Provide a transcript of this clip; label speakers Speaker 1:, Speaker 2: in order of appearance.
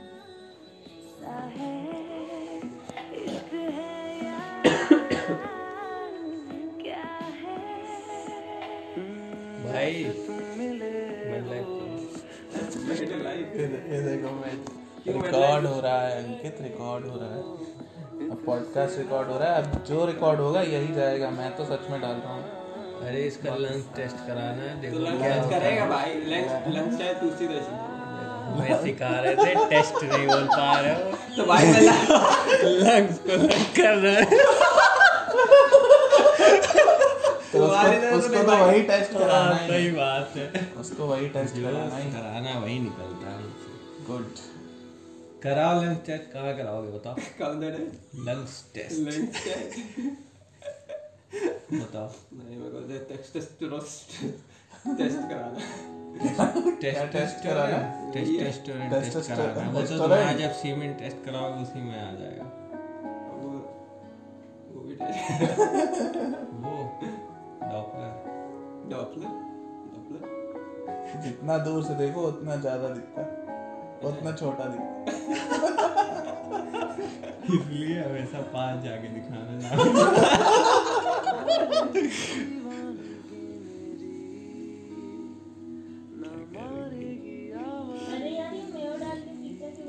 Speaker 1: सा है इश्क है यार क्या है
Speaker 2: भाई मैं लाइव
Speaker 3: ये दे- ये देखो मैं रिकॉर्ड हो रहा है अंकित रिकॉर्ड हो रहा है अब पॉडकास्ट रिकॉर्ड हो रहा है अब जो रिकॉर्ड होगा यही जाएगा मैं तो सच में डाल रहा हूँ
Speaker 2: अरे इसका लंग टेस्ट कराना है देखो
Speaker 3: तो
Speaker 4: लंग
Speaker 2: क्या
Speaker 4: कैच
Speaker 2: होता है।
Speaker 4: करेगा भाई लंग लंग शायद दूसरी तरह से
Speaker 2: मैं सिखा रहे थे टेस्ट नहीं बोल पा रहे हो
Speaker 4: तो भाई मैं लंग-
Speaker 2: लंग्स को कर रहे हैं।
Speaker 3: तो
Speaker 4: तुम्हारे
Speaker 3: उसको,
Speaker 4: तरह तो
Speaker 3: उसको
Speaker 4: नहीं
Speaker 3: तो
Speaker 4: भाई।
Speaker 3: वही टेस्ट
Speaker 2: हाँ,
Speaker 3: कराना है
Speaker 2: सही बात है
Speaker 3: उसको वही टेस्ट कराना है
Speaker 2: कराना वही निकलता है
Speaker 3: गुड
Speaker 2: कराओ लंग्स टेस्ट कहाँ कराओगे बताओ
Speaker 4: कौन दे
Speaker 2: लंग्स टेस्ट
Speaker 4: लंग शायद
Speaker 2: बताओ
Speaker 4: नहीं मेरे को टेस्ट टेस्ट रोस्ट टेस्ट कराना
Speaker 3: क्या टेस्ट कराना है?
Speaker 2: Test test
Speaker 3: Test-
Speaker 2: test
Speaker 3: test-
Speaker 2: कराना है। वो तो
Speaker 3: test-
Speaker 2: तुम्हारा
Speaker 3: test-
Speaker 2: जब सीमेंट टेस्ट कराओगे उसी में आ जाएगा
Speaker 4: वो वो भी टेस्ट
Speaker 2: वो डॉपलर
Speaker 4: डॉपलर डॉपलर
Speaker 3: जितना दूर से देखो उतना ज्यादा दिखता है उतना छोटा दिखता
Speaker 2: इसलिए हमेशा पास जाके दिखाना